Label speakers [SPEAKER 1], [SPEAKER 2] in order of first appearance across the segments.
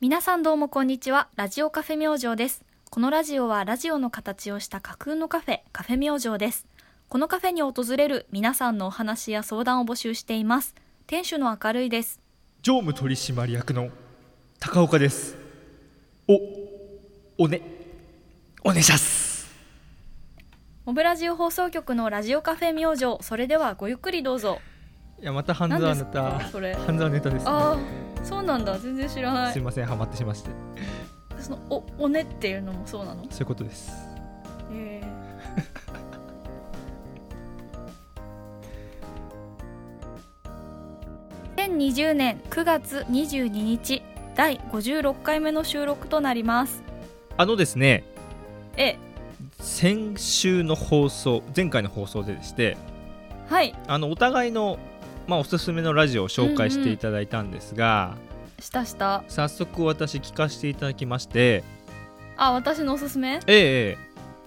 [SPEAKER 1] 皆さんどうもこんにちはラジオカフェ明星ですこのラジオはラジオの形をした架空のカフェカフェ明星ですこのカフェに訪れる皆さんのお話や相談を募集しています店主の明るいです
[SPEAKER 2] 常務取締役の高岡ですおおねおねしゃす
[SPEAKER 1] モブラジオ放送局のラジオカフェ明星それではごゆっくりどうぞ
[SPEAKER 2] いやまた半沢ネタ
[SPEAKER 1] 何ですかそれ
[SPEAKER 2] 半沢ネタですね
[SPEAKER 1] ああそうなんだ全然知らな
[SPEAKER 2] すい
[SPEAKER 1] い
[SPEAKER 2] ませんハマってしまして
[SPEAKER 1] そのおおねっていうのもそうなの
[SPEAKER 2] そういうことです
[SPEAKER 1] えー2020年9月22日第56回目の収録となります
[SPEAKER 2] あのですね
[SPEAKER 1] え
[SPEAKER 2] 先週の放送前回の放送ででして
[SPEAKER 1] はい
[SPEAKER 2] あのお互いのまあおすすめのラジオを紹介していただいたんですが、
[SPEAKER 1] したした
[SPEAKER 2] 早速私聞かせていただきまして
[SPEAKER 1] あ私のおすすめ
[SPEAKER 2] ええええ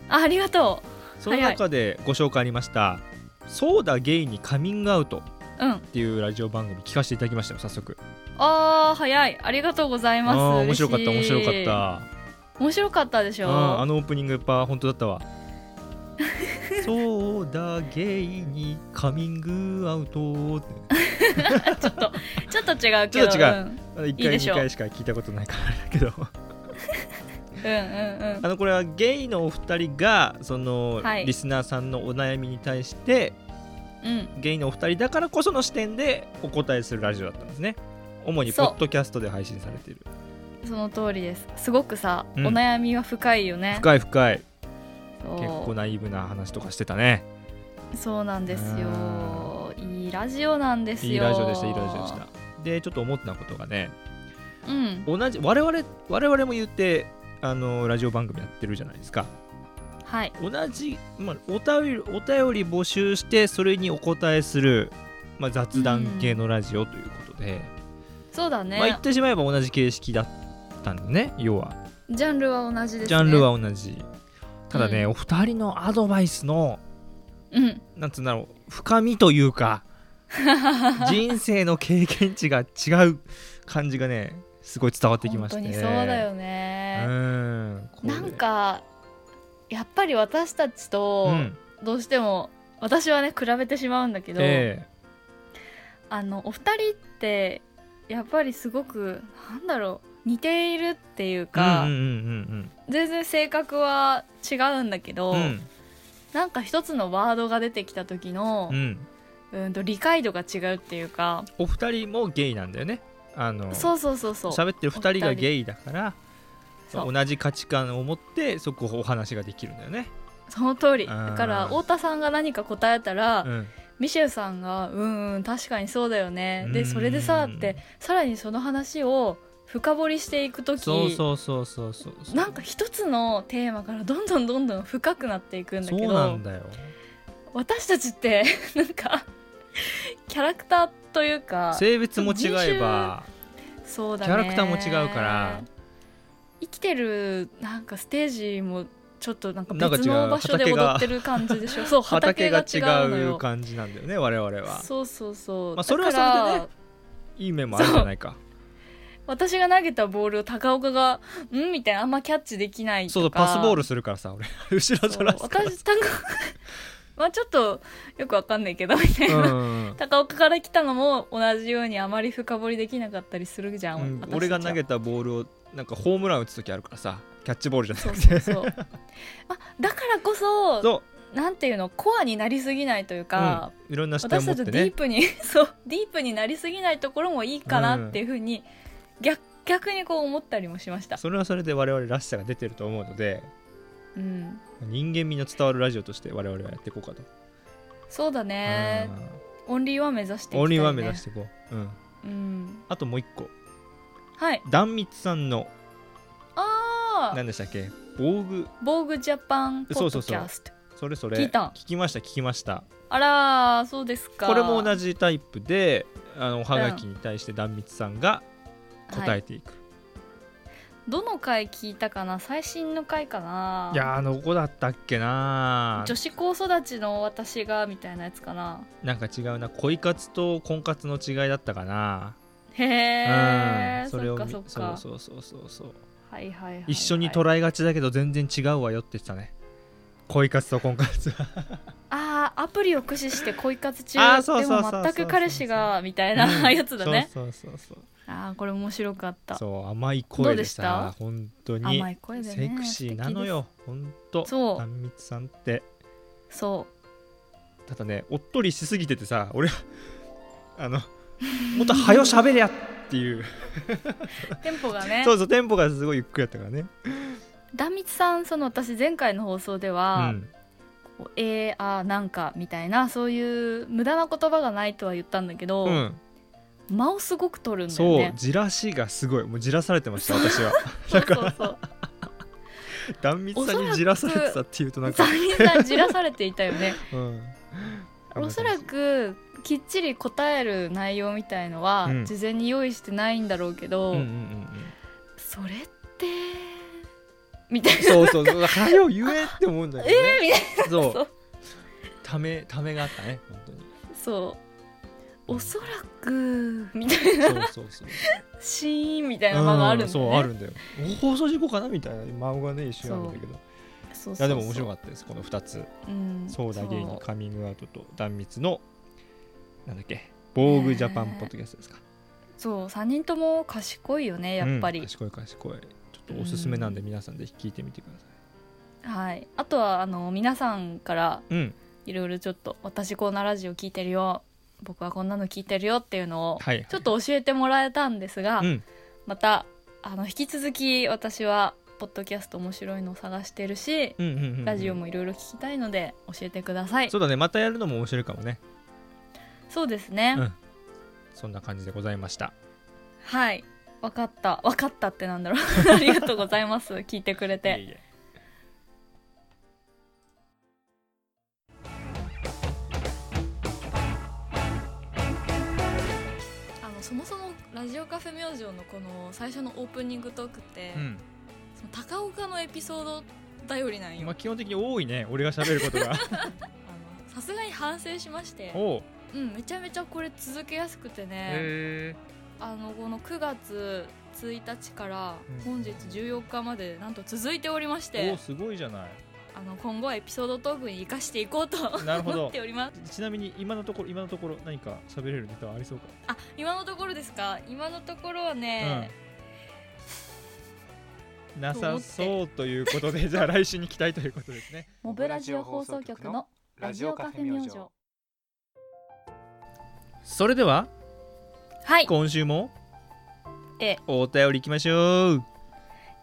[SPEAKER 1] あありがと
[SPEAKER 2] その中でご紹介ありました「そうだゲイにカミングアウト」
[SPEAKER 1] ううん
[SPEAKER 2] っていうラジオ番組聞かせていただきましたよ早速
[SPEAKER 1] あー早いありがとうございます
[SPEAKER 2] あー面白かった面
[SPEAKER 1] 嬉しい
[SPEAKER 2] 白かった
[SPEAKER 1] 面白かったでしょ
[SPEAKER 2] ああのオープニングやっぱ本当だっ たわそうだゲイにカミングアウトって
[SPEAKER 1] ちょっとちょっと違うけど
[SPEAKER 2] ちょっと違うんあの1
[SPEAKER 1] いい
[SPEAKER 2] 回
[SPEAKER 1] でしょ
[SPEAKER 2] 2回しか聞いたことないからあれだけ ど
[SPEAKER 1] うんうんうん
[SPEAKER 2] あのこれはゲイのお二人がその、
[SPEAKER 1] はい
[SPEAKER 2] リスナーさんのお悩みに対して
[SPEAKER 1] うん
[SPEAKER 2] ゲイのお二人だからこその視点でお答えするラジオだったんですね主にポ
[SPEAKER 1] そう
[SPEAKER 2] ッドキャストで配信されている
[SPEAKER 1] その通りですすごくさ、
[SPEAKER 2] うん
[SPEAKER 1] お悩みは深いよね
[SPEAKER 2] 深い深い
[SPEAKER 1] そう
[SPEAKER 2] 結構ナイーブな話とかしてたね
[SPEAKER 1] そうなんですよいいラジオなんですよ
[SPEAKER 2] いいラジオでしたいいラジオでしたでちょっと思ったことがね
[SPEAKER 1] うん
[SPEAKER 2] 同じ我々我々も言ってあのラジオ番組やってるじゃないですか
[SPEAKER 1] はい
[SPEAKER 2] 同じ、まあ、お便りお便り募集してそれにお答えする、まあ、雑談系のラジオということで、
[SPEAKER 1] そうだね、
[SPEAKER 2] まあ、言ってしまえば同じ形式だったんでね要は
[SPEAKER 1] ジャンルは同じですね
[SPEAKER 2] ジャンルは同じ、ただね、
[SPEAKER 1] う
[SPEAKER 2] お二人のアドバイスの
[SPEAKER 1] うん
[SPEAKER 2] なんつうんだろう深みという か人生の経験値が違う感じがねすごい伝わってきま
[SPEAKER 1] 本
[SPEAKER 2] して
[SPEAKER 1] 当にそうだよ
[SPEAKER 2] う
[SPEAKER 1] ね、
[SPEAKER 2] んこれ
[SPEAKER 1] なんかやっぱり私たちと
[SPEAKER 2] うん
[SPEAKER 1] どうしても、私はね比べてしまうんだけど、
[SPEAKER 2] え
[SPEAKER 1] あのお二人ってやっぱりすごくなんだろう似ているっていう
[SPEAKER 2] えうん
[SPEAKER 1] か、
[SPEAKER 2] うんうん
[SPEAKER 1] 全然性格は違うんだけど、
[SPEAKER 2] うんうん
[SPEAKER 1] なんか一つのワードが出てきた時の
[SPEAKER 2] う、ん
[SPEAKER 1] うん、と理解度が違うっていうか、
[SPEAKER 2] お二人もゲイなんだよねあの
[SPEAKER 1] そうそうそうそう
[SPEAKER 2] 喋ってる二人がゲイだから
[SPEAKER 1] そう
[SPEAKER 2] 同じ価値観を持ってそこお話ができるんだよね、
[SPEAKER 1] その通り
[SPEAKER 2] うん
[SPEAKER 1] だから太田さんが何か答えたら、
[SPEAKER 2] うん、
[SPEAKER 1] ミシェルさんが「うんうん確かにそうだよね」
[SPEAKER 2] う
[SPEAKER 1] で
[SPEAKER 2] ん
[SPEAKER 1] それでさってさらにその話を深掘りしていく時
[SPEAKER 2] そうそうそうそうそうそう
[SPEAKER 1] なんか一つのテーマからどんどんどんどん深くなっていくんだ
[SPEAKER 2] そ
[SPEAKER 1] け
[SPEAKER 2] うな
[SPEAKER 1] ど
[SPEAKER 2] んだよ
[SPEAKER 1] 私たちってなんかキャラクターというか
[SPEAKER 2] 性別も違えば
[SPEAKER 1] そうだ
[SPEAKER 2] キ
[SPEAKER 1] ね
[SPEAKER 2] ャラクターも違うから
[SPEAKER 1] 生きてるなんかステージもちょっとなんか
[SPEAKER 2] なんか違う
[SPEAKER 1] 別の場所で
[SPEAKER 2] 畑
[SPEAKER 1] 踊
[SPEAKER 2] が
[SPEAKER 1] ってる感じでしょ そう
[SPEAKER 2] 畑
[SPEAKER 1] 畑
[SPEAKER 2] が
[SPEAKER 1] が違
[SPEAKER 2] 違
[SPEAKER 1] うの
[SPEAKER 2] う
[SPEAKER 1] よ
[SPEAKER 2] 感じなんだよね我々は
[SPEAKER 1] そうそうそう、
[SPEAKER 2] まあそれは
[SPEAKER 1] だから
[SPEAKER 2] それでねいい面もあるんじゃないか
[SPEAKER 1] 私が投げたボールを高岡が「ん?」みたいなあんまキャッチできないとか
[SPEAKER 2] そうそうパスボールするからさ俺後ろ
[SPEAKER 1] そ
[SPEAKER 2] ず
[SPEAKER 1] う
[SPEAKER 2] らすから
[SPEAKER 1] 私高 まあちょっとよくわかんないけどみたいな、
[SPEAKER 2] うん
[SPEAKER 1] 高岡から来たのも同じようにあまり深掘りできなかったりするじゃん、
[SPEAKER 2] う
[SPEAKER 1] 私
[SPEAKER 2] ん
[SPEAKER 1] たちは
[SPEAKER 2] 俺が投げたボールをなんかホームラン打つ時あるからさキャッチボールじゃな
[SPEAKER 1] そう
[SPEAKER 2] くて
[SPEAKER 1] そうそ う、まあ、だからこそ
[SPEAKER 2] そう
[SPEAKER 1] なんていうのコアになりすぎないというか、
[SPEAKER 2] うんいろんな視点を
[SPEAKER 1] 私
[SPEAKER 2] 持
[SPEAKER 1] た
[SPEAKER 2] っ
[SPEAKER 1] ち
[SPEAKER 2] て
[SPEAKER 1] ディ
[SPEAKER 2] ね
[SPEAKER 1] ープに そうディープになりすぎないところもいいかなっていうふうに、逆逆にこう思ったりもしました、
[SPEAKER 2] それはそれで我々らしさが出てると思うので
[SPEAKER 1] うん、
[SPEAKER 2] 人間味の伝わるラジオとして我々はやっていこうかと、
[SPEAKER 1] そうだねオンリーワン目指していきたい、
[SPEAKER 2] うん
[SPEAKER 1] ね、
[SPEAKER 2] オンリーワン目指していこう、うん、
[SPEAKER 1] うん
[SPEAKER 2] あともう一個
[SPEAKER 1] はい
[SPEAKER 2] 壇蜜さんの
[SPEAKER 1] ああ
[SPEAKER 2] 何でしたっけ防具
[SPEAKER 1] 防具ジャパンポッドキャスト
[SPEAKER 2] それそれ
[SPEAKER 1] 聞いた
[SPEAKER 2] きました聞きました
[SPEAKER 1] あらーそうですか
[SPEAKER 2] これも
[SPEAKER 1] じ
[SPEAKER 2] 同じタイプであのおはがきに対して壇蜜さんが答えていく、、
[SPEAKER 1] どの回聞いたかな最新の回かない
[SPEAKER 2] やーあのどこだったっけな
[SPEAKER 1] 女子高育ちの私がみたいなやつかな
[SPEAKER 2] なんか違うな恋活と婚活の違いだったかな
[SPEAKER 1] へえ、
[SPEAKER 2] うん、
[SPEAKER 1] そ
[SPEAKER 2] それ
[SPEAKER 1] っ
[SPEAKER 2] を
[SPEAKER 1] か
[SPEAKER 2] 見
[SPEAKER 1] そっか
[SPEAKER 2] そうそうそうそうそう
[SPEAKER 1] はいはいはいはい、
[SPEAKER 2] 一緒に捉えがちだけど全然違うわよって言ってたね恋活と婚活 は
[SPEAKER 1] ああアプリを駆使して恋活中
[SPEAKER 2] あーそう
[SPEAKER 1] で
[SPEAKER 2] そう
[SPEAKER 1] も
[SPEAKER 2] そうそう
[SPEAKER 1] 全く彼氏がみたいなやつだね
[SPEAKER 2] そうそうそうそう
[SPEAKER 1] ああこれ面白かった
[SPEAKER 2] そう甘い
[SPEAKER 1] ど
[SPEAKER 2] 声
[SPEAKER 1] う
[SPEAKER 2] で
[SPEAKER 1] で
[SPEAKER 2] し
[SPEAKER 1] したた
[SPEAKER 2] 本当に
[SPEAKER 1] 甘い声でね
[SPEAKER 2] セクシーなのよ本当
[SPEAKER 1] そう
[SPEAKER 2] 壇蜜さんっ
[SPEAKER 1] 素敵で
[SPEAKER 2] て
[SPEAKER 1] すそ
[SPEAKER 2] ただねおっとりしすぎててさ俺は あのもっと早よ喋りゃっていう
[SPEAKER 1] うテンポがね
[SPEAKER 2] そうそうテンポがすごいゆっくりやったからね
[SPEAKER 1] 壇蜜さんその私前回の放送で
[SPEAKER 2] う
[SPEAKER 1] は、
[SPEAKER 2] ん
[SPEAKER 1] こうえー、あーなんかみたいなそういう無駄な言葉がないとは言ったんだけど、
[SPEAKER 2] うん
[SPEAKER 1] 間をすごく取るんだよ
[SPEAKER 2] そう
[SPEAKER 1] ね
[SPEAKER 2] じらしがすごいもうじらされてました私は
[SPEAKER 1] そうそうそう
[SPEAKER 2] 壇蜜さんにじらされてたっていうとなんか
[SPEAKER 1] ザニーさんじらされていたよ ね
[SPEAKER 2] うん
[SPEAKER 1] おそらくきっちり答える内容みたいのは
[SPEAKER 2] うん
[SPEAKER 1] 事前に用意してないんだろうけど、
[SPEAKER 2] うんうんうんうん
[SPEAKER 1] それってみたいな
[SPEAKER 2] そうそうそう、はよ言えって思うんだけど ね。
[SPEAKER 1] みたい
[SPEAKER 2] そ
[SPEAKER 1] そう
[SPEAKER 2] う。ため、ためがあったね、本 当に。
[SPEAKER 1] そうおそらくみたいな
[SPEAKER 2] そうそうそう。
[SPEAKER 1] シーンみたいな間があるんだ、
[SPEAKER 2] うん
[SPEAKER 1] ね、
[SPEAKER 2] そう、あるんだよ。放送事故かなみたいな、間がね、一瞬あるんだけど。い
[SPEAKER 1] そうそうそう
[SPEAKER 2] や、でも面白かったです。この二つ、
[SPEAKER 1] うん
[SPEAKER 2] ソーダ芸人
[SPEAKER 1] そう
[SPEAKER 2] カミングアウトと断蜜の。なんだっけ、防具ジャパンポッドキャストですか。
[SPEAKER 1] そう3人とも賢いよねやっぱり、
[SPEAKER 2] うん賢い、賢い。ちょっとおすすめなんで、皆さんぜひ聞いてみてください。
[SPEAKER 1] はい、あとはあの皆さんから
[SPEAKER 2] うん、
[SPEAKER 1] いろいろちょっと「私こんなラジオ聞いてるよ僕はこんなの聞いてるよ」っていうのを
[SPEAKER 2] はい。
[SPEAKER 1] ちょっ。と教えてもらえたんですが、
[SPEAKER 2] うん、
[SPEAKER 1] またあの引き続き私はポッドキャスト面白いのを探してるし、
[SPEAKER 2] うん、うんうん、うん。
[SPEAKER 1] ラジオ。もいろいろ聞きたいので教えてください
[SPEAKER 2] そ
[SPEAKER 1] そう
[SPEAKER 2] だね、またやるのも面白いかもね。
[SPEAKER 1] うですね、
[SPEAKER 2] うんそんな感じでございました。
[SPEAKER 1] はい分かった分かったってなんだろう ありがとうござい ます聞いてくれて
[SPEAKER 2] いえいえ
[SPEAKER 1] あのそもそもラジオカフェ明星のこの最初のオープニングトークって、
[SPEAKER 2] うん。
[SPEAKER 1] その高岡のエピソード頼りなんよ
[SPEAKER 2] まあ、基本的に多いね俺が喋ること が
[SPEAKER 1] あのさすがに反省しまして
[SPEAKER 2] おう
[SPEAKER 1] うんめちゃめちゃこれ続けやすくてね、
[SPEAKER 2] へ
[SPEAKER 1] あのこの9月1日から
[SPEAKER 2] うん
[SPEAKER 1] 本日14日までなんと続いておりまし
[SPEAKER 2] え
[SPEAKER 1] て、
[SPEAKER 2] おうすごいじゃない
[SPEAKER 1] あの今後はエピソードトークに生かしていこうと
[SPEAKER 2] なるほど
[SPEAKER 1] 思っております
[SPEAKER 2] ちなみに今のところ今のところ何か喋れるネタはありそうか、
[SPEAKER 1] あ今のところですか今のところはね、
[SPEAKER 2] うんなさそうということでじゃあ来週に期待ということですね
[SPEAKER 1] モブラジオ放送局の ラジオカフェ明星
[SPEAKER 2] それでは
[SPEAKER 1] はい
[SPEAKER 2] 今週も
[SPEAKER 1] え
[SPEAKER 2] お便りいきましょう
[SPEAKER 1] 行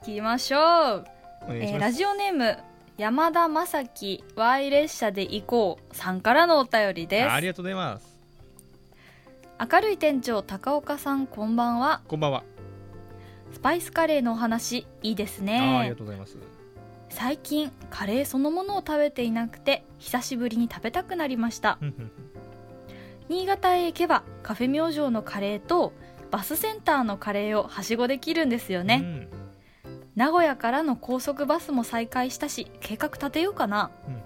[SPEAKER 1] きましょう
[SPEAKER 2] お願い
[SPEAKER 1] え
[SPEAKER 2] し
[SPEAKER 1] ー
[SPEAKER 2] ま
[SPEAKER 1] ラ
[SPEAKER 2] す、
[SPEAKER 1] ジオネーム山田正樹 Y 列車で行こうさんからのお便りで
[SPEAKER 2] あり
[SPEAKER 1] す
[SPEAKER 2] がとうございます
[SPEAKER 1] 明るい店長高岡さんこんばんは
[SPEAKER 2] こんばんは、
[SPEAKER 1] スパイスカレーのお話いいです
[SPEAKER 2] あーあり
[SPEAKER 1] ね
[SPEAKER 2] がとうございます
[SPEAKER 1] 最近カレーそのものを食べていなくて久しぶりに食べたくなりました
[SPEAKER 2] うんうん
[SPEAKER 1] 新潟へ行けばカフェ明星のカレーとバスセンターのカレーをはしごできるんですよ
[SPEAKER 2] うん
[SPEAKER 1] ね、名古屋からの高速バスも再開したし計画立てようかな
[SPEAKER 2] うんうん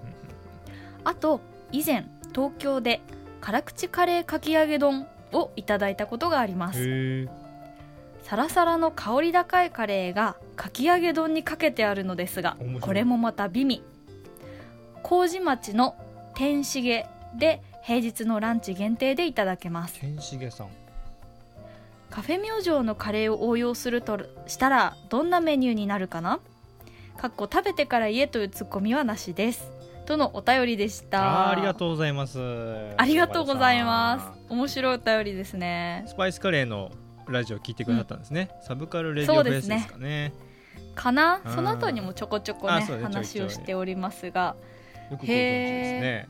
[SPEAKER 1] あと以前東京で辛口カレーかき揚げ丼をいただいたことがありま
[SPEAKER 2] うん
[SPEAKER 1] す
[SPEAKER 2] へえ
[SPEAKER 1] サラサラの香り高いカレーがかき揚げ丼にかけてあるのですが
[SPEAKER 2] 面白い
[SPEAKER 1] これもまた美味麹町の天茂で平日のランチ限定でいただけます
[SPEAKER 2] 天重さん
[SPEAKER 1] カフェ明星のカレーを応用するとしたらどんなメニューになるかなかっこ食べてから家というツッコミはなしですとのお便りでした
[SPEAKER 2] あーありがとうございます
[SPEAKER 1] ありがとうございます。面白いお便りですね。
[SPEAKER 2] スパイスカレーのラジオ聞いてくださったんですね。サブカルレディオベースですかね。
[SPEAKER 1] かな
[SPEAKER 2] うん
[SPEAKER 1] その後にもちょこちょこ
[SPEAKER 2] あ
[SPEAKER 1] ね
[SPEAKER 2] そうねち
[SPEAKER 1] 話
[SPEAKER 2] ょい
[SPEAKER 1] を
[SPEAKER 2] ちょい
[SPEAKER 1] しておりますが
[SPEAKER 2] よくご存知ですね。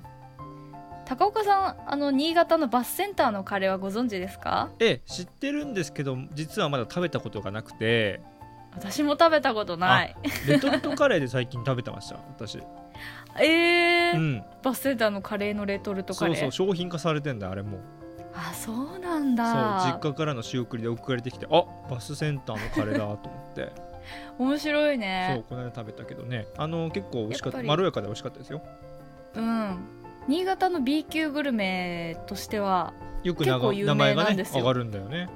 [SPEAKER 1] 高岡さんあの新潟のバスセンターのカレーはご存知ですか
[SPEAKER 2] ええ、知ってるんですけど、実はまだ食べたことがなくて、
[SPEAKER 1] 私も食べたことない
[SPEAKER 2] レトルトカレーで最近食べてました、私。
[SPEAKER 1] えー
[SPEAKER 2] うん。
[SPEAKER 1] バスセンターのカレーのレトルトカ
[SPEAKER 2] そ
[SPEAKER 1] レー
[SPEAKER 2] うそう、商品化されてんだ、あれもう。
[SPEAKER 1] あそうなん
[SPEAKER 2] そう、
[SPEAKER 1] だ
[SPEAKER 2] 実家からの仕送りで送られてきて、あ、バスセンターのカレーだと思 って。
[SPEAKER 1] 面白い
[SPEAKER 2] そう、
[SPEAKER 1] ね
[SPEAKER 2] この間食べたけどね、あの結構美味し
[SPEAKER 1] や
[SPEAKER 2] かっ、
[SPEAKER 1] ったぱり
[SPEAKER 2] まろやかで美味しかったですよ。
[SPEAKER 1] うん新潟の B 級グルメとしては
[SPEAKER 2] よく
[SPEAKER 1] 結構
[SPEAKER 2] 名
[SPEAKER 1] 有名
[SPEAKER 2] 名前が
[SPEAKER 1] なん
[SPEAKER 2] ね
[SPEAKER 1] ですよ
[SPEAKER 2] 上がるんだよね。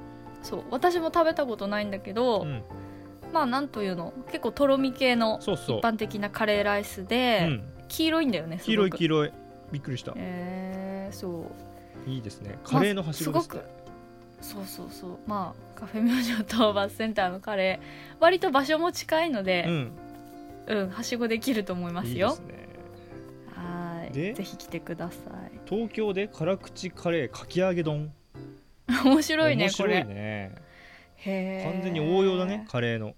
[SPEAKER 1] そう私も食べたことないんだけど、
[SPEAKER 2] うん、
[SPEAKER 1] まあなんというの結構とろみ系の
[SPEAKER 2] そうそう
[SPEAKER 1] 一般的なカレーライスで、
[SPEAKER 2] うん、
[SPEAKER 1] 黄色いんだよねすごく
[SPEAKER 2] 黄色い黄色いびっくりした
[SPEAKER 1] えー、そう
[SPEAKER 2] いいですねカレーのはしごです,、
[SPEAKER 1] まあすごくそうそうそうまあカフェ明星とバスセンターのカレー割と場所も近いの
[SPEAKER 2] う
[SPEAKER 1] で、
[SPEAKER 2] ん
[SPEAKER 1] うんはしごできると思います
[SPEAKER 2] いい
[SPEAKER 1] よ
[SPEAKER 2] ですね
[SPEAKER 1] はー
[SPEAKER 2] で
[SPEAKER 1] いぜひ来てください
[SPEAKER 2] 東京で辛口カレーかき揚げ丼
[SPEAKER 1] 面白いね
[SPEAKER 2] 面白い
[SPEAKER 1] これ
[SPEAKER 2] ね
[SPEAKER 1] へー
[SPEAKER 2] 完全に応用だねカレーの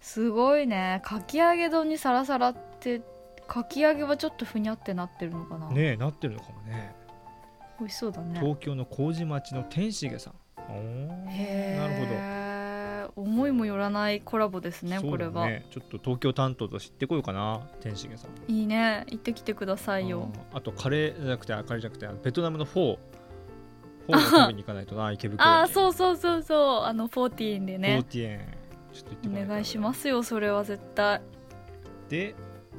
[SPEAKER 1] すごいねかき揚げ丼にサラサラってかき揚げはちょっとふにゃってなってるのかな、
[SPEAKER 2] ねえなってるのかもね
[SPEAKER 1] 美味しそうだね
[SPEAKER 2] 東京の麹町の天重さんおー
[SPEAKER 1] へえ思いもよらないコラボですね
[SPEAKER 2] そう
[SPEAKER 1] こ
[SPEAKER 2] だ
[SPEAKER 1] れは
[SPEAKER 2] ちょっと東京担当として行ってこようかな天重さん
[SPEAKER 1] いいね行ってきてくださいよ
[SPEAKER 2] あーあとカレーじゃなくてあカレーじゃなくてあのベトナムのフォーフォーを食べに行かないと な池袋
[SPEAKER 1] ああ
[SPEAKER 2] う
[SPEAKER 1] そうそうそうそうあの14で
[SPEAKER 2] ねフォー
[SPEAKER 1] ね
[SPEAKER 2] ティエンちょっと行って
[SPEAKER 1] お
[SPEAKER 2] こないと
[SPEAKER 1] 願いしますよそれは絶対
[SPEAKER 2] で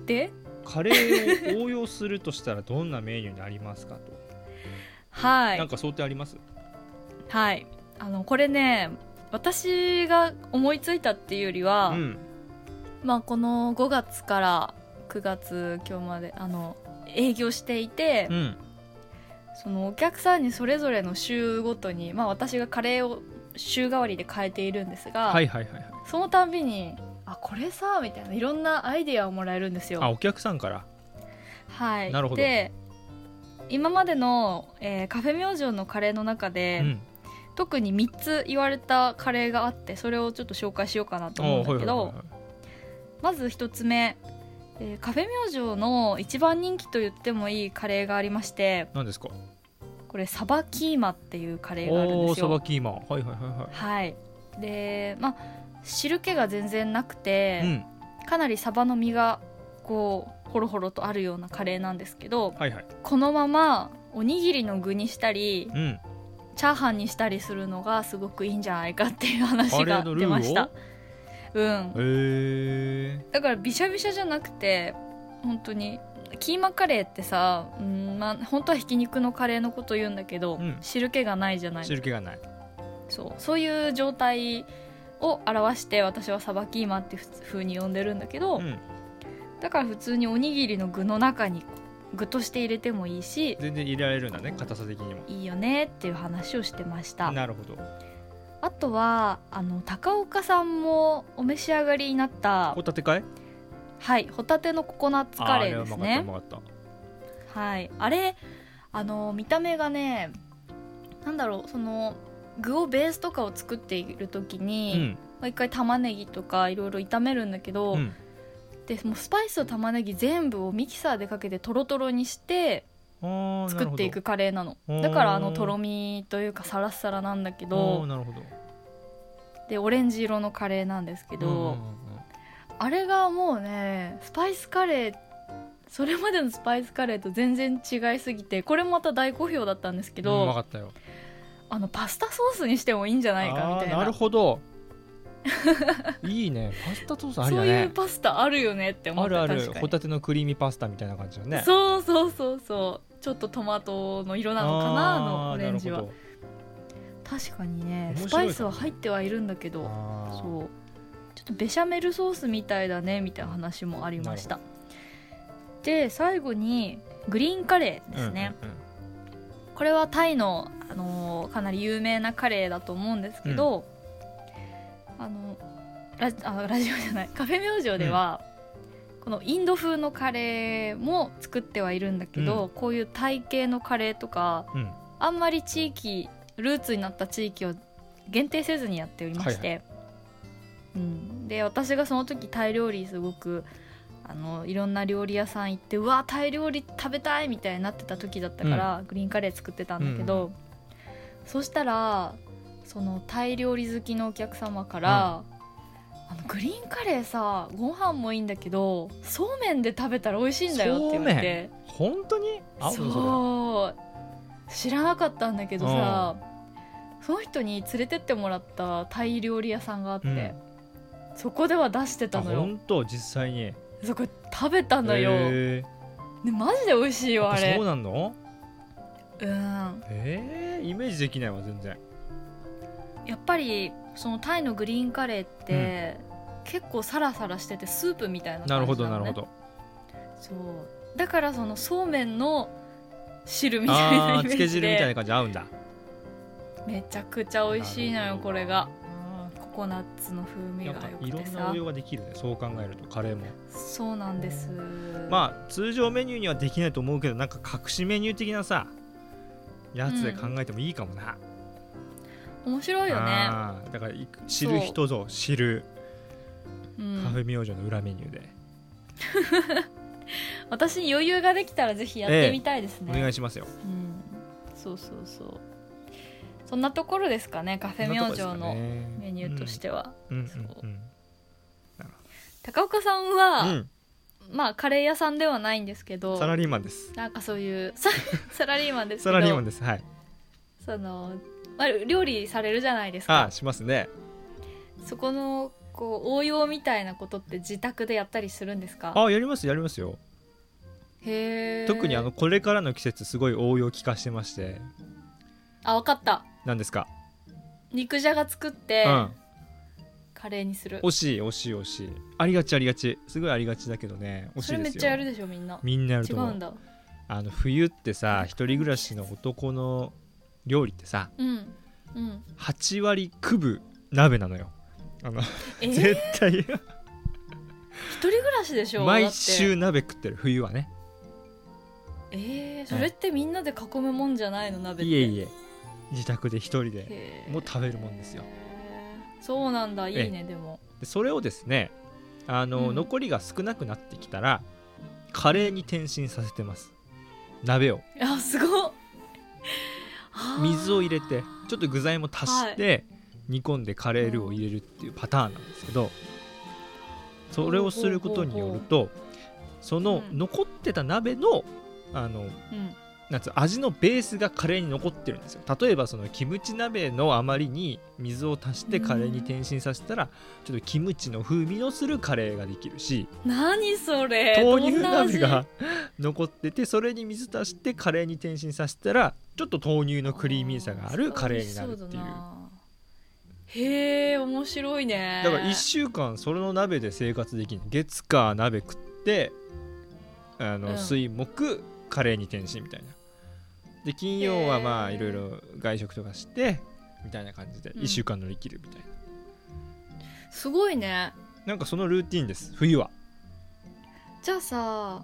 [SPEAKER 1] で
[SPEAKER 2] カレーを応用するとしたらどんなメニューになりますかと、
[SPEAKER 1] は
[SPEAKER 2] ないんか想定あります
[SPEAKER 1] はいあのこれね私が思いついたっていうよりは、
[SPEAKER 2] うん
[SPEAKER 1] まあこの5月から9月今日まであの営業していて、
[SPEAKER 2] うん
[SPEAKER 1] そのお客さんにそれぞれの週ごとに、まあ、私がカレーを週替わりで変えているんですが、
[SPEAKER 2] はいはいはいはい
[SPEAKER 1] そのたんびに「あこれさ」みたいないろんなアイデアをもらえるんです
[SPEAKER 2] あ
[SPEAKER 1] よ。
[SPEAKER 2] お客さんから
[SPEAKER 1] はい、
[SPEAKER 2] なるほど
[SPEAKER 1] で今までの、えーカフェ明星のカレーの中で、
[SPEAKER 2] うん
[SPEAKER 1] 特に3つ言われたカレーがあってそれをちょっと紹介しようかなと思うんだけ
[SPEAKER 2] お
[SPEAKER 1] ど、
[SPEAKER 2] ーはいはいはいはい
[SPEAKER 1] まず1つ目、えーカフェ明星の一番人気と言ってもいいカレーがありまして
[SPEAKER 2] 何ですか
[SPEAKER 1] これサバキーマっていうカレーがあるん
[SPEAKER 2] お
[SPEAKER 1] で
[SPEAKER 2] お
[SPEAKER 1] す
[SPEAKER 2] ーサ
[SPEAKER 1] よ
[SPEAKER 2] バ。キーマはいはいは
[SPEAKER 1] はい、でまあ汁気が全然なくて
[SPEAKER 2] いはい、うん
[SPEAKER 1] かなりサバの身がこうホロホロとあるようなカレーなんですけど
[SPEAKER 2] はいはい
[SPEAKER 1] このままおにぎりの具にしたり
[SPEAKER 2] うん
[SPEAKER 1] チャーハンにしたりするのがすごくいいんじゃないかっていう話
[SPEAKER 2] カレ
[SPEAKER 1] が
[SPEAKER 2] ーのルーを
[SPEAKER 1] 出ましたうん
[SPEAKER 2] へえ
[SPEAKER 1] だからびしゃびしゃじゃなくて本当にキーマカレーってさ、うんまあ、本当はひき肉のカレーのこと言うんだけど、
[SPEAKER 2] うん
[SPEAKER 1] 汁気がないじゃない
[SPEAKER 2] 汁気がない
[SPEAKER 1] そうそういう状態を表して私はサバキーマってふつ風に呼んでるんだけど、
[SPEAKER 2] うん
[SPEAKER 1] だから普通におにぎりの具の中に具として入れてもいいし
[SPEAKER 2] 全然入れられるんだね硬さ的にも
[SPEAKER 1] いいよねっていう話をしてました
[SPEAKER 2] なるほど
[SPEAKER 1] あとはあの高岡さんもお召し上がりになった
[SPEAKER 2] ホタテかい
[SPEAKER 1] はいホタテのココナッツカレーです
[SPEAKER 2] あーあれはう
[SPEAKER 1] ね
[SPEAKER 2] まかったうまかっ
[SPEAKER 1] はいあれあの見た目がねなんだろうその具をベースとかを作っている時
[SPEAKER 2] た
[SPEAKER 1] に、
[SPEAKER 2] うん
[SPEAKER 1] まあ一回玉ねぎとかいろいろ炒めるんだけど、
[SPEAKER 2] うん
[SPEAKER 1] でもうスパイスと玉ねぎ全部をミキサーでかけてトロトロにして
[SPEAKER 2] あー
[SPEAKER 1] 作っていくカレーなの
[SPEAKER 2] ほど
[SPEAKER 1] だからあ
[SPEAKER 2] お
[SPEAKER 1] の
[SPEAKER 2] ー
[SPEAKER 1] とろみというかサラッサラなんだけ
[SPEAKER 2] なるほどあー
[SPEAKER 1] ど
[SPEAKER 2] なるほど
[SPEAKER 1] でオレンジ色のカレーなんですけど、
[SPEAKER 2] うんうんうんうん
[SPEAKER 1] あれがもうねスパイスカレーそれまでのスパイスカレーと全然違いすぎてこれもまた大好評だったんですけ
[SPEAKER 2] うんう
[SPEAKER 1] ど、
[SPEAKER 2] まかったよ
[SPEAKER 1] あのパスタソースにしてもいいんじゃないかみたい
[SPEAKER 2] あー
[SPEAKER 1] な
[SPEAKER 2] るほど いいねパスタソースあり
[SPEAKER 1] そ
[SPEAKER 2] だ
[SPEAKER 1] ういう
[SPEAKER 2] ね
[SPEAKER 1] パスタあるよねって思っ
[SPEAKER 2] ある
[SPEAKER 1] た
[SPEAKER 2] ある
[SPEAKER 1] 確かに
[SPEAKER 2] ホタテのクリーミーパスタみたいな感じだね
[SPEAKER 1] そうそうそうそうちょっとトマトの色なのかなあの
[SPEAKER 2] あー
[SPEAKER 1] オレンジは
[SPEAKER 2] なる
[SPEAKER 1] 確かにね
[SPEAKER 2] 面白
[SPEAKER 1] ス
[SPEAKER 2] い
[SPEAKER 1] パイスは入ってはいるんだけ
[SPEAKER 2] ほど
[SPEAKER 1] ど
[SPEAKER 2] あー
[SPEAKER 1] そうちょっとベシャメルソースみたいだねみたいな話もありましたで最後にグリーンカレーですね、
[SPEAKER 2] うんうん
[SPEAKER 1] これはタイの、あのーかなり有名なカレーだと思うんですけど、あのラジあラジオじゃない カフェ明星では、このインド風のカレーも作ってはいるんだけど、こういうタイ系のカレーとか
[SPEAKER 2] うんうん
[SPEAKER 1] あんまり地域ルーツになった地域を限定せずにやっておりまして、うん、で私がその時タイ料理すごくあのいろんな料理屋さん行ってうわタイ料理食べたいみたいになってた時だったから、グリーンカレー作ってたんだけど、そしたらそのタイ料理好きのお客様から、あのグリーンカレーさご飯もいいんだけどそうめんで食べたら美味しいんだよって言われて。
[SPEAKER 2] 本当に合うのそ
[SPEAKER 1] そう知らなかったんだけどさ、その人に連れてってもらったタイ料理屋さんがあって、
[SPEAKER 2] うん
[SPEAKER 1] そこでは出して
[SPEAKER 2] れ
[SPEAKER 1] た
[SPEAKER 2] あ
[SPEAKER 1] のよ
[SPEAKER 2] 本当実際に
[SPEAKER 1] そこ食べたのよ、
[SPEAKER 2] へ
[SPEAKER 1] ね、マジで美味しい
[SPEAKER 2] ー
[SPEAKER 1] よあ
[SPEAKER 2] あ
[SPEAKER 1] れ
[SPEAKER 2] そうなの
[SPEAKER 1] うん
[SPEAKER 2] えーイメージできないわ全然
[SPEAKER 1] やっぱりそのタイのグリーンカレーって、結構サラサラしててスープみたいな感じ
[SPEAKER 2] な
[SPEAKER 1] な
[SPEAKER 2] る
[SPEAKER 1] の、ね、
[SPEAKER 2] ほどなるほど
[SPEAKER 1] そうだからそのそうめんの汁 みたいな
[SPEAKER 2] あ
[SPEAKER 1] イ
[SPEAKER 2] あ
[SPEAKER 1] メ
[SPEAKER 2] つ
[SPEAKER 1] ー
[SPEAKER 2] け
[SPEAKER 1] ジ
[SPEAKER 2] 汁みたい
[SPEAKER 1] で
[SPEAKER 2] な感じ合うんだ
[SPEAKER 1] めちゃくちゃ美味しいの
[SPEAKER 2] なる
[SPEAKER 1] よ
[SPEAKER 2] ほど
[SPEAKER 1] これがココナッツの風味
[SPEAKER 2] や
[SPEAKER 1] が
[SPEAKER 2] っぱ
[SPEAKER 1] よ
[SPEAKER 2] い
[SPEAKER 1] く
[SPEAKER 2] ろ
[SPEAKER 1] て
[SPEAKER 2] んな
[SPEAKER 1] さ
[SPEAKER 2] 応用ができるねそう考えるとカレーも
[SPEAKER 1] そうなんです
[SPEAKER 2] まあ通常メニューにはできないと思うけどなんか隠しメニュー的なさやつで考えてもいいかもな、
[SPEAKER 1] 面白いよね、
[SPEAKER 2] あーだからい知る人ぞ知る
[SPEAKER 1] う
[SPEAKER 2] カフ
[SPEAKER 1] ん、
[SPEAKER 2] ェ明星の裏メニューで、
[SPEAKER 1] 私に余裕ができたらぜひやってみたいですね、
[SPEAKER 2] お願いしますよ
[SPEAKER 1] うん、そうそうそうそんなところですかねカフェ明星のメニューとしてては、
[SPEAKER 2] うんうん
[SPEAKER 1] そう
[SPEAKER 2] うん
[SPEAKER 1] 高岡さん
[SPEAKER 2] うん
[SPEAKER 1] は、まあカレー屋さんではないんですけ
[SPEAKER 2] うん
[SPEAKER 1] ど
[SPEAKER 2] サラリーマンです
[SPEAKER 1] なんかそういう ササラリーマンですけど
[SPEAKER 2] サラリーマンですはい
[SPEAKER 1] その、まあ、料理されるじゃないです
[SPEAKER 2] あ
[SPEAKER 1] か
[SPEAKER 2] ーしますね
[SPEAKER 1] そこのこう応用みたいなことって自宅でやったりするんですか
[SPEAKER 2] あーやりますやりますよ
[SPEAKER 1] へえ
[SPEAKER 2] 特にあのこれからの季節すごい応用効かしてまして
[SPEAKER 1] あわかった
[SPEAKER 2] 何ですか、
[SPEAKER 1] 肉じゃが作って
[SPEAKER 2] うん
[SPEAKER 1] カレーにする、
[SPEAKER 2] 惜しい惜しい惜しいありがちありがちすごいありがちだけどね惜し
[SPEAKER 1] それ
[SPEAKER 2] いですよ
[SPEAKER 1] めっちゃやるでしょみんな
[SPEAKER 2] みんなやる
[SPEAKER 1] 違
[SPEAKER 2] と思
[SPEAKER 1] う
[SPEAKER 2] う
[SPEAKER 1] んだ
[SPEAKER 2] あの冬ってさ一人暮らしの男の料理ってさ
[SPEAKER 1] うんうん
[SPEAKER 2] 8割九分鍋なのよあの、
[SPEAKER 1] えー、一
[SPEAKER 2] 絶対
[SPEAKER 1] 人暮らしでしょ
[SPEAKER 2] 毎
[SPEAKER 1] だっ
[SPEAKER 2] 週鍋食ってる冬はね
[SPEAKER 1] てえー、それってみんなで囲むもんじゃないの鍋って
[SPEAKER 2] いえい
[SPEAKER 1] え
[SPEAKER 2] え自宅で一人でもう食べるもんですよ
[SPEAKER 1] そうなんだいいねでも
[SPEAKER 2] でそれをですねあの、
[SPEAKER 1] うん
[SPEAKER 2] 残りが少なくなってきたらカレーに転身させてます鍋を
[SPEAKER 1] あすごっあー
[SPEAKER 2] 水を入れてちょっと具材も足して煮込んでカレールーを入れるっていうパターンなんですけどそれをすることによるとその
[SPEAKER 1] うん
[SPEAKER 2] 残ってた鍋のあの
[SPEAKER 1] うん
[SPEAKER 2] なんつう味のベースがカレーに残ってるんですよ例えばそのキムチ鍋のあまりに水を足してカレーに転身させたらちょっとキムチの風味のするカレーができるし
[SPEAKER 1] 何それ
[SPEAKER 2] 豆乳
[SPEAKER 1] どんな味
[SPEAKER 2] 鍋が残っててそれに水足してカレーに転身させたらちょっと豆乳のクリーミーさがあるカレーになるっていう
[SPEAKER 1] へえ面白いね
[SPEAKER 2] だから1週間それの鍋で生活できる月火鍋食ってあの、
[SPEAKER 1] うん
[SPEAKER 2] 水木カレーに転身みたいなで金曜はまあ
[SPEAKER 1] へー
[SPEAKER 2] いろいろ外食とかしてみたいな感じで
[SPEAKER 1] うん
[SPEAKER 2] 1週間乗り切るみたいな、
[SPEAKER 1] すごいね
[SPEAKER 2] なんかそのルーティンです冬は
[SPEAKER 1] じゃあさ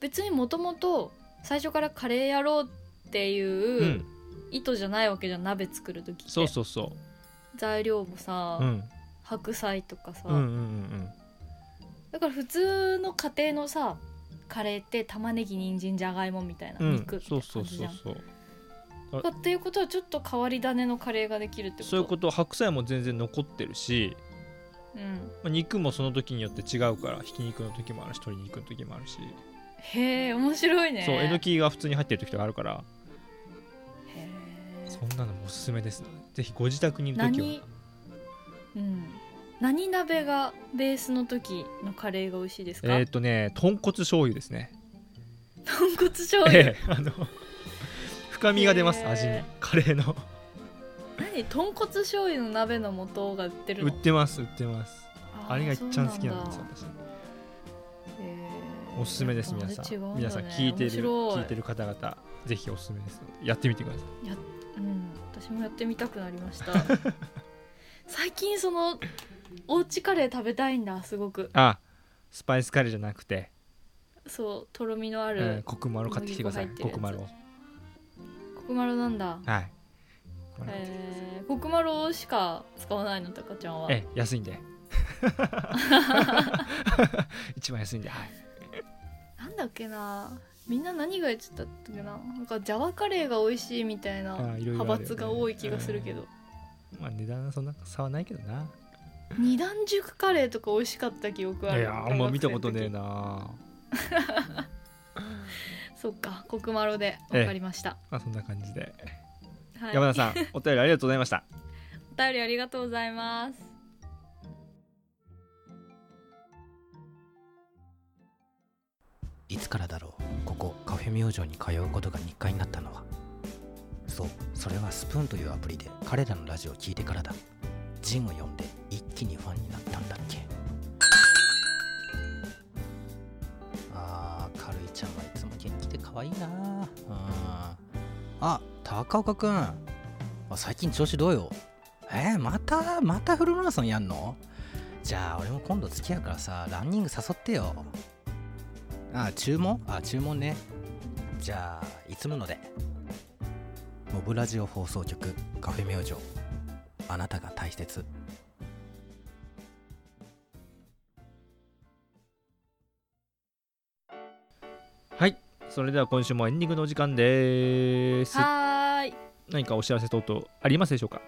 [SPEAKER 1] 別にもともと最初からカレーやろうって
[SPEAKER 2] うん、
[SPEAKER 1] いう意図じゃないわけじゃん鍋作る時って
[SPEAKER 2] そうそうそ
[SPEAKER 1] 材料もさ、
[SPEAKER 2] う、うん、
[SPEAKER 1] 白菜とかさ、
[SPEAKER 2] うんうんうんうん
[SPEAKER 1] だから普通の家庭のさカレーって玉ねぎ人参じゃがいもみたいな、
[SPEAKER 2] うん
[SPEAKER 1] 肉みた
[SPEAKER 2] そ
[SPEAKER 1] いうな
[SPEAKER 2] そ
[SPEAKER 1] 感
[SPEAKER 2] う
[SPEAKER 1] じじ
[SPEAKER 2] そ
[SPEAKER 1] ゃ
[SPEAKER 2] うんそう
[SPEAKER 1] だっていうことはちょっと変わり種のカレーができるってこと
[SPEAKER 2] そういうこと白菜も全然残ってるし、
[SPEAKER 1] うん、
[SPEAKER 2] まあ、肉もその時によって違うからひき肉の時もあるし鶏肉の時もあるし、
[SPEAKER 1] へえ面白いね
[SPEAKER 2] そうえのきが普通に入ってる時とかあるから
[SPEAKER 1] へえ
[SPEAKER 2] そんなのもおすすめですのでぜひご自宅にいる時は
[SPEAKER 1] 何うん何鍋がベースの時のカレーが美味しいですか、
[SPEAKER 2] えっ、とね豚骨醤油ですね
[SPEAKER 1] 豚骨醤油、
[SPEAKER 2] ええあの深みが出ます、
[SPEAKER 1] へー
[SPEAKER 2] 味にカレーの
[SPEAKER 1] 何豚骨醤油の鍋の素が売ってる
[SPEAKER 2] 売っ
[SPEAKER 1] の
[SPEAKER 2] てます売ってます
[SPEAKER 1] あー
[SPEAKER 2] あれが一番好きなんです
[SPEAKER 1] そう
[SPEAKER 2] よ
[SPEAKER 1] だ
[SPEAKER 2] 私
[SPEAKER 1] へえ
[SPEAKER 2] おすすめです
[SPEAKER 1] やっぱ
[SPEAKER 2] 皆さ
[SPEAKER 1] 味違うんだね
[SPEAKER 2] 皆さん聞いて
[SPEAKER 1] 面
[SPEAKER 2] る
[SPEAKER 1] 白
[SPEAKER 2] 聞いてる方々ぜひおすすめですのでやってみてください
[SPEAKER 1] うん、私もやってみたくなりました最近そのおうちカレー食べたいんだすごく
[SPEAKER 2] あスパイスカレーじゃなくて、
[SPEAKER 1] そうとろみのあ
[SPEAKER 2] えー、
[SPEAKER 1] る
[SPEAKER 2] コクマロ買ってきてください
[SPEAKER 1] 小麦粉
[SPEAKER 2] コ
[SPEAKER 1] 入ってるや
[SPEAKER 2] クマ
[SPEAKER 1] つ
[SPEAKER 2] ロ
[SPEAKER 1] コクマロなんだ
[SPEAKER 2] はい
[SPEAKER 1] えー、コクマロしか使わないのタカちゃんは
[SPEAKER 2] ええ安いんで 一番安いんではい
[SPEAKER 1] なんだっけなみんな何が言ってたっけななんかジャワカレーが美味しいみたいな
[SPEAKER 2] あーいろいろあるよね
[SPEAKER 1] 派閥が多い気がするけど
[SPEAKER 2] まあ値段はそんな差はないけどな
[SPEAKER 1] 二段熟カレーとか美味しかった記憶あ
[SPEAKER 2] い
[SPEAKER 1] る
[SPEAKER 2] やあんま見たことね
[SPEAKER 1] で
[SPEAKER 2] えな
[SPEAKER 1] そっかコクマロで分かりました、
[SPEAKER 2] まあそんな感じで、
[SPEAKER 1] はい、
[SPEAKER 2] 山 田さんお便りありがとうございました
[SPEAKER 1] お便りありがとうございます
[SPEAKER 3] いつからだろうここカフェ明星に通うことが日課になったのはそうそれはスプーンというアプリで彼らのラジオを聞いてからだジンを読んで一気にファンになったんだっけあーかるいちゃんはいつも元気で可愛いなうんあ高岡くんあ最近調子どうよえー、またまたフルマラソンやんのじゃあ俺も今度付き合うからさランニング誘ってよあ注文あ注文ねじゃあいつものでモブラジオ放送局カフェ明星あなたが大切
[SPEAKER 2] はいそれでは今週もエンディングのお時間です
[SPEAKER 1] はーい
[SPEAKER 2] 何かお知らせ等々ありますでしょうか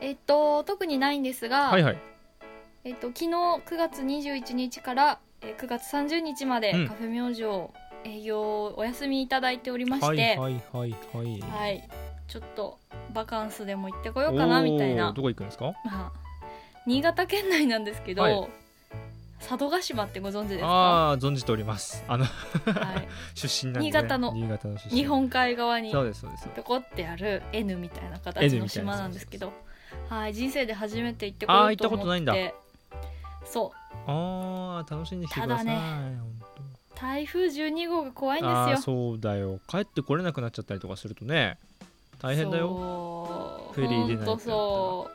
[SPEAKER 1] えっと特にないんですが、
[SPEAKER 2] はいはい
[SPEAKER 1] えっと昨日9月21日からえー9月30日まで
[SPEAKER 2] うん
[SPEAKER 1] カフェ明星営業をお休みいただいておりまして、
[SPEAKER 2] は
[SPEAKER 1] はいい
[SPEAKER 2] はいはいはい
[SPEAKER 1] ちょっとバカンスでも行ってこようかなみたい
[SPEAKER 2] お
[SPEAKER 1] な
[SPEAKER 2] ー、どこ行くんですか
[SPEAKER 1] まあ、新潟県内なんですけど、
[SPEAKER 2] はい
[SPEAKER 1] 佐渡島ってご存知ですか、
[SPEAKER 2] ああー存じておりますあの
[SPEAKER 1] はい、
[SPEAKER 2] 出身なんで、ね、
[SPEAKER 1] 新潟の
[SPEAKER 2] 新潟の出身
[SPEAKER 1] 日本海側に
[SPEAKER 2] そうですそうです
[SPEAKER 1] ぴょこってある N みたいな形
[SPEAKER 2] N
[SPEAKER 1] の
[SPEAKER 2] みたいな
[SPEAKER 1] 島なんですけどはい人生で初めて行ってこ
[SPEAKER 2] あ
[SPEAKER 1] よ
[SPEAKER 2] ー
[SPEAKER 1] うと思って
[SPEAKER 2] 行ったことないんだ
[SPEAKER 1] そう
[SPEAKER 2] ああ楽しんできてください
[SPEAKER 1] ただね
[SPEAKER 2] 本当
[SPEAKER 1] 台風12号が怖いん
[SPEAKER 2] ああー
[SPEAKER 1] ですよ
[SPEAKER 2] そうだよ帰ってこれなくなっちゃったりとかするとね大変だよ
[SPEAKER 1] よ
[SPEAKER 2] フェリーでないとやったら
[SPEAKER 1] そ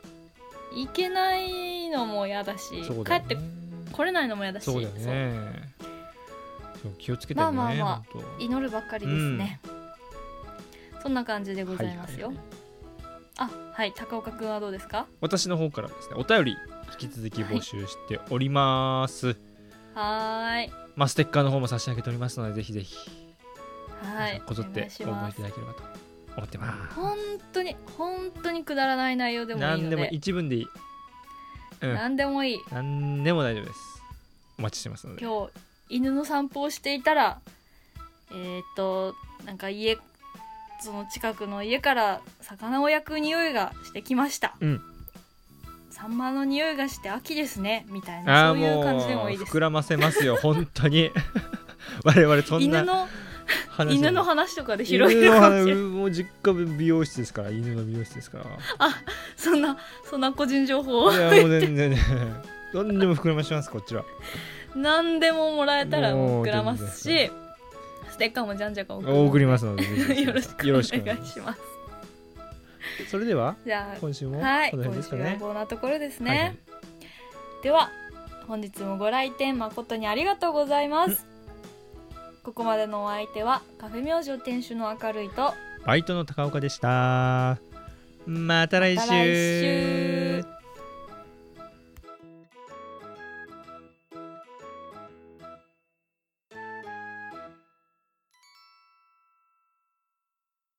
[SPEAKER 1] う行けないのも嫌だし
[SPEAKER 2] そう
[SPEAKER 1] 帰
[SPEAKER 2] だよ
[SPEAKER 1] っ
[SPEAKER 2] ね
[SPEAKER 1] てこれないのも嫌だし
[SPEAKER 2] そうだよ
[SPEAKER 1] そう
[SPEAKER 2] ねそう気をつけてね、
[SPEAKER 1] まあまあまあ
[SPEAKER 2] 本当
[SPEAKER 1] 祈るばっかりですね、そんな感じでございますよ、
[SPEAKER 2] はいは
[SPEAKER 1] あはい高岡くんはどうですか
[SPEAKER 2] 私の方からですねお便り引き続き募集しております、
[SPEAKER 1] はーい
[SPEAKER 2] まあステッカーの方も差し上げておりますのでぜひぜひ
[SPEAKER 1] はい
[SPEAKER 2] こぞっ
[SPEAKER 1] お願
[SPEAKER 2] て
[SPEAKER 1] いし
[SPEAKER 2] 応募
[SPEAKER 1] ま
[SPEAKER 2] い
[SPEAKER 1] す
[SPEAKER 2] ただければと思ってます
[SPEAKER 1] 本当に本当にくだらない内容でもいいので
[SPEAKER 2] 何でも一文でいいうん
[SPEAKER 1] 何でもいい
[SPEAKER 2] 何でも大丈夫ですお待ちしてますので
[SPEAKER 1] 今日犬の散歩をしていたらえーっとなんか家その近くの家から魚を焼く匂いがしてきました、
[SPEAKER 2] うん
[SPEAKER 1] サンマの匂いがして秋ですねみたいなそ
[SPEAKER 2] ああ
[SPEAKER 1] ういう感じで
[SPEAKER 2] も
[SPEAKER 1] も
[SPEAKER 2] う
[SPEAKER 1] いいです
[SPEAKER 2] 膨らませますよ本当に 我々そん
[SPEAKER 1] 犬
[SPEAKER 2] な
[SPEAKER 1] の
[SPEAKER 2] 話
[SPEAKER 1] 犬の話とかで拾える
[SPEAKER 2] 犬の
[SPEAKER 1] かもしれない
[SPEAKER 2] 話もう実家美容室ですから犬の美容室ですから
[SPEAKER 1] そんなそんな個人情報を
[SPEAKER 2] いやもう全然ね何でも膨らましますこっちは
[SPEAKER 1] 何でももらえたら
[SPEAKER 2] もう
[SPEAKER 1] 膨らます
[SPEAKER 2] 全
[SPEAKER 1] しステッカーもじゃんじゃか送る
[SPEAKER 2] 送りますので
[SPEAKER 1] よろしく
[SPEAKER 2] よろ
[SPEAKER 1] お願いします
[SPEAKER 2] すそれでは
[SPEAKER 1] じゃ
[SPEAKER 2] 今週
[SPEAKER 1] あ
[SPEAKER 2] もこ
[SPEAKER 1] はい
[SPEAKER 2] の辺
[SPEAKER 1] 今
[SPEAKER 2] です
[SPEAKER 1] 週
[SPEAKER 2] か
[SPEAKER 1] は
[SPEAKER 2] ね、
[SPEAKER 1] こんなところですね、
[SPEAKER 2] はいはい
[SPEAKER 1] では本日もご来店誠にありがとうございますここまでのお相手はカフェ明星店主の明るいと
[SPEAKER 2] バイトの高岡でしたまた来週
[SPEAKER 1] また来週